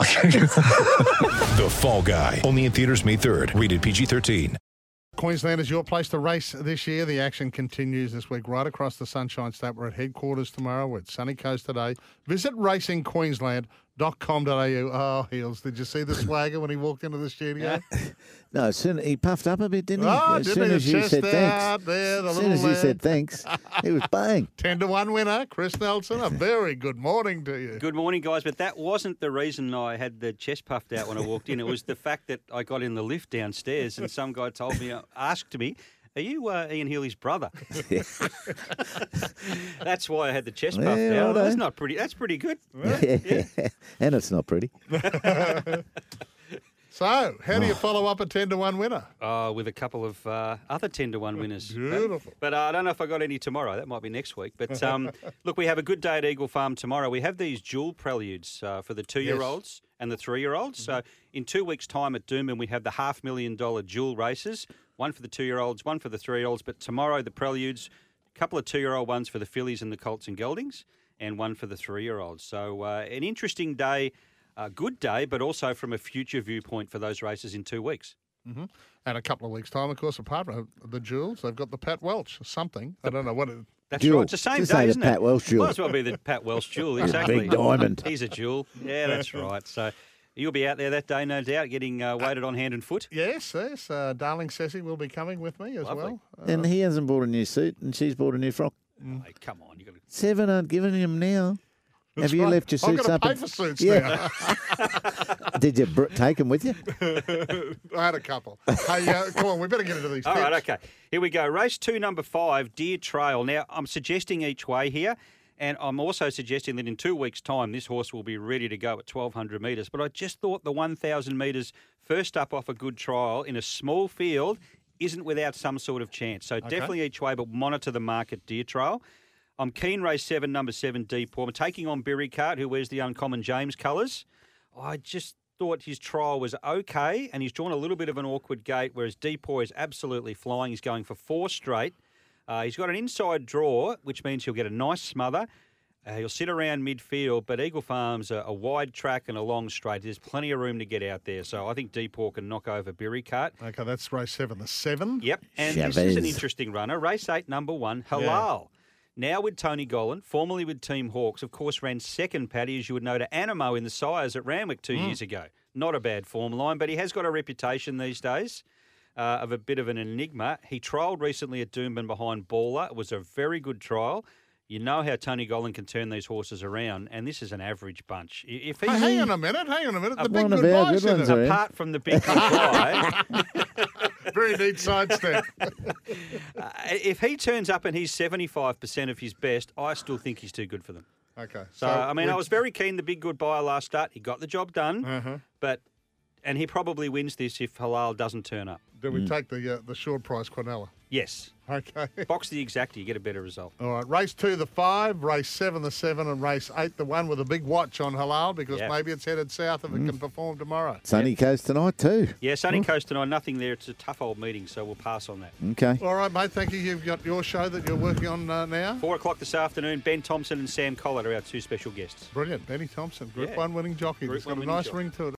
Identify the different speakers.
Speaker 1: The Fall Guy. Only in theaters May 3rd. Rated PG-13.
Speaker 2: Queensland is your place to race this year. The action continues this week right across the Sunshine State. We're at headquarters tomorrow. We're at Sunny Coast today. Visit racingqueensland.com.au. Oh, Heels, did you see the swagger when he walked into the studio?
Speaker 3: No, as soon, he puffed up a bit, didn't he?
Speaker 2: Oh,
Speaker 3: as
Speaker 2: didn't
Speaker 3: soon
Speaker 2: he?
Speaker 3: as you
Speaker 2: Chest
Speaker 3: said
Speaker 2: out
Speaker 3: thanks,
Speaker 2: there, the
Speaker 3: as soon
Speaker 2: little
Speaker 3: as you
Speaker 2: man.
Speaker 3: said thanks, he was bang.
Speaker 2: 10 to 1 winner, Chris Nelson. A very good morning to you.
Speaker 4: Good morning, guys. But that wasn't the reason I had the chest puffed out when I walked in. It was the fact that I got in the lift downstairs and some guy told me, uh, asked me, "Are you uh, Ian Healy's brother?" that's why I had the chest puffed
Speaker 3: Yeah,
Speaker 4: out.
Speaker 3: righto.
Speaker 4: That's not pretty. That's pretty good.
Speaker 3: and it's not pretty.
Speaker 2: So, how do you follow up a 10 to 1 winner?
Speaker 4: Uh, with a couple of uh, other ten to one winners.
Speaker 2: Beautiful.
Speaker 4: But uh, I don't know if I got any tomorrow. That might be next week. But um, look, we have a good day at Eagle Farm tomorrow. We have these dual preludes uh, for the two-year-olds and the three-year-olds. So in two weeks' time at Doomben, we have the half million dollar dual races. One for the two-year-olds, one for the three-year-olds. But tomorrow the preludes, a couple of two-year-old ones for the fillies and the colts and geldings, and one for the three-year-olds. So uh, an interesting day. A good day, but also from a future viewpoint for those races in two weeks.
Speaker 2: And a couple of weeks' time, of course, apart from the jewels, they've got the Pat Welch something. I don't know what it
Speaker 4: That's
Speaker 3: Jewel.
Speaker 4: right. It's the same
Speaker 3: Just
Speaker 4: day,
Speaker 3: say the
Speaker 4: isn't
Speaker 3: Pat
Speaker 4: it?
Speaker 3: Welsh jewel.
Speaker 4: Might as well be the Pat Welsh jewel. Exactly.
Speaker 3: big diamond.
Speaker 4: He's a jewel. Yeah, that's right. So you'll be out there that day, no doubt, getting uh, weighted on hand and foot.
Speaker 2: Yes, yes. Uh, darling Ceci will be coming with me as
Speaker 4: Lovely.
Speaker 2: well.
Speaker 3: and he hasn't bought a new suit, and she's bought a new frock.
Speaker 4: Hey, come on, you got to.
Speaker 3: Seven aren't giving him now.
Speaker 2: That's
Speaker 3: Have you
Speaker 2: right.
Speaker 3: left your
Speaker 2: I've got
Speaker 3: suits
Speaker 2: to
Speaker 3: up?
Speaker 2: pay
Speaker 3: and-
Speaker 2: for suits now.
Speaker 3: yeah. Did you br- take them with you?
Speaker 2: I had a couple. Hey, uh, come on, we better get into these.
Speaker 4: All
Speaker 2: tips.
Speaker 4: right, okay. Here we go. Race two, number five, Deer Trail. Now I'm suggesting each way here, and I'm also suggesting that in two weeks' time, this horse will be ready to go at 1,200 metres. But I just thought the 1,000 metres first up off a good trial in a small field isn't without some sort of chance. So definitely each way, but monitor the market, Deer Trail. I'm keen race seven, number seven, Deep Form. Taking on Berry Cart, who wears the uncommon James colours. I just thought his trial was okay, and he's drawn a little bit of an awkward gate, whereas Depoy is absolutely flying. He's going for four straight. Uh, he's got an inside draw, which means he'll get a nice smother. Uh, he'll sit around midfield, but Eagle Farm's a, a wide track and a long straight. There's plenty of room to get out there, so I think Deepaw can knock over Berry Cart.
Speaker 2: Okay, that's race seven. The seven.
Speaker 4: Yep. And this is an
Speaker 3: Chavez.
Speaker 4: interesting runner. Race eight, number one, Halal. Now with Tony Golan, formerly with Team Hawks, of course, ran second, Paddy, as you would know, to Animo in the Sires at Ranwick two
Speaker 2: Hmm.
Speaker 4: years ago. Not a bad form line, but he has got a reputation these days uh, of a bit of an enigma. He trialled recently at Doomben behind Baller. It was a very good trial. You know how Tony Golan can turn these horses around, and this is an average bunch. I- If he,
Speaker 2: Hey, hang on a minute. Hang on a minute. The big
Speaker 3: one of our
Speaker 2: goodbyes
Speaker 3: good
Speaker 2: in
Speaker 3: ones,
Speaker 2: it.
Speaker 3: eh?
Speaker 4: apart from the big guy,
Speaker 2: Very neat sidestep.
Speaker 4: Uh, if he turns up and he's 75% of his best, I still think he's too good for them.
Speaker 2: Okay.
Speaker 4: So, I mean,
Speaker 2: we-
Speaker 4: I was very keen the big goodbye last start. He got the job done, but and he probably wins this if Halal doesn't turn up.
Speaker 2: Do we take the uh, the short price Quinella?
Speaker 4: Yes.
Speaker 2: Okay.
Speaker 4: Box the exact, you get a better result.
Speaker 2: All right. Race two, the five. Race seven, the seven, and race eight, the one with a big watch on halal because
Speaker 4: Yeah.
Speaker 2: maybe it's headed south if it can perform tomorrow.
Speaker 3: Sunny Coast tonight too.
Speaker 4: Yeah, Sunny Coast and I, nothing there. It's a tough old meeting, so we'll pass on that.
Speaker 3: Okay.
Speaker 2: All right, mate. Thank you. You've got your show that you're working on uh, now.
Speaker 4: Four o'clock this afternoon, Ben Thompson and Sam Collett are our two special guests.
Speaker 2: Brilliant. Benny Thompson, Group
Speaker 4: Yeah.
Speaker 2: One winning jockey.
Speaker 4: Group
Speaker 2: That's got
Speaker 4: One
Speaker 2: a
Speaker 4: winning
Speaker 2: nice
Speaker 4: jockey.
Speaker 2: ring to it.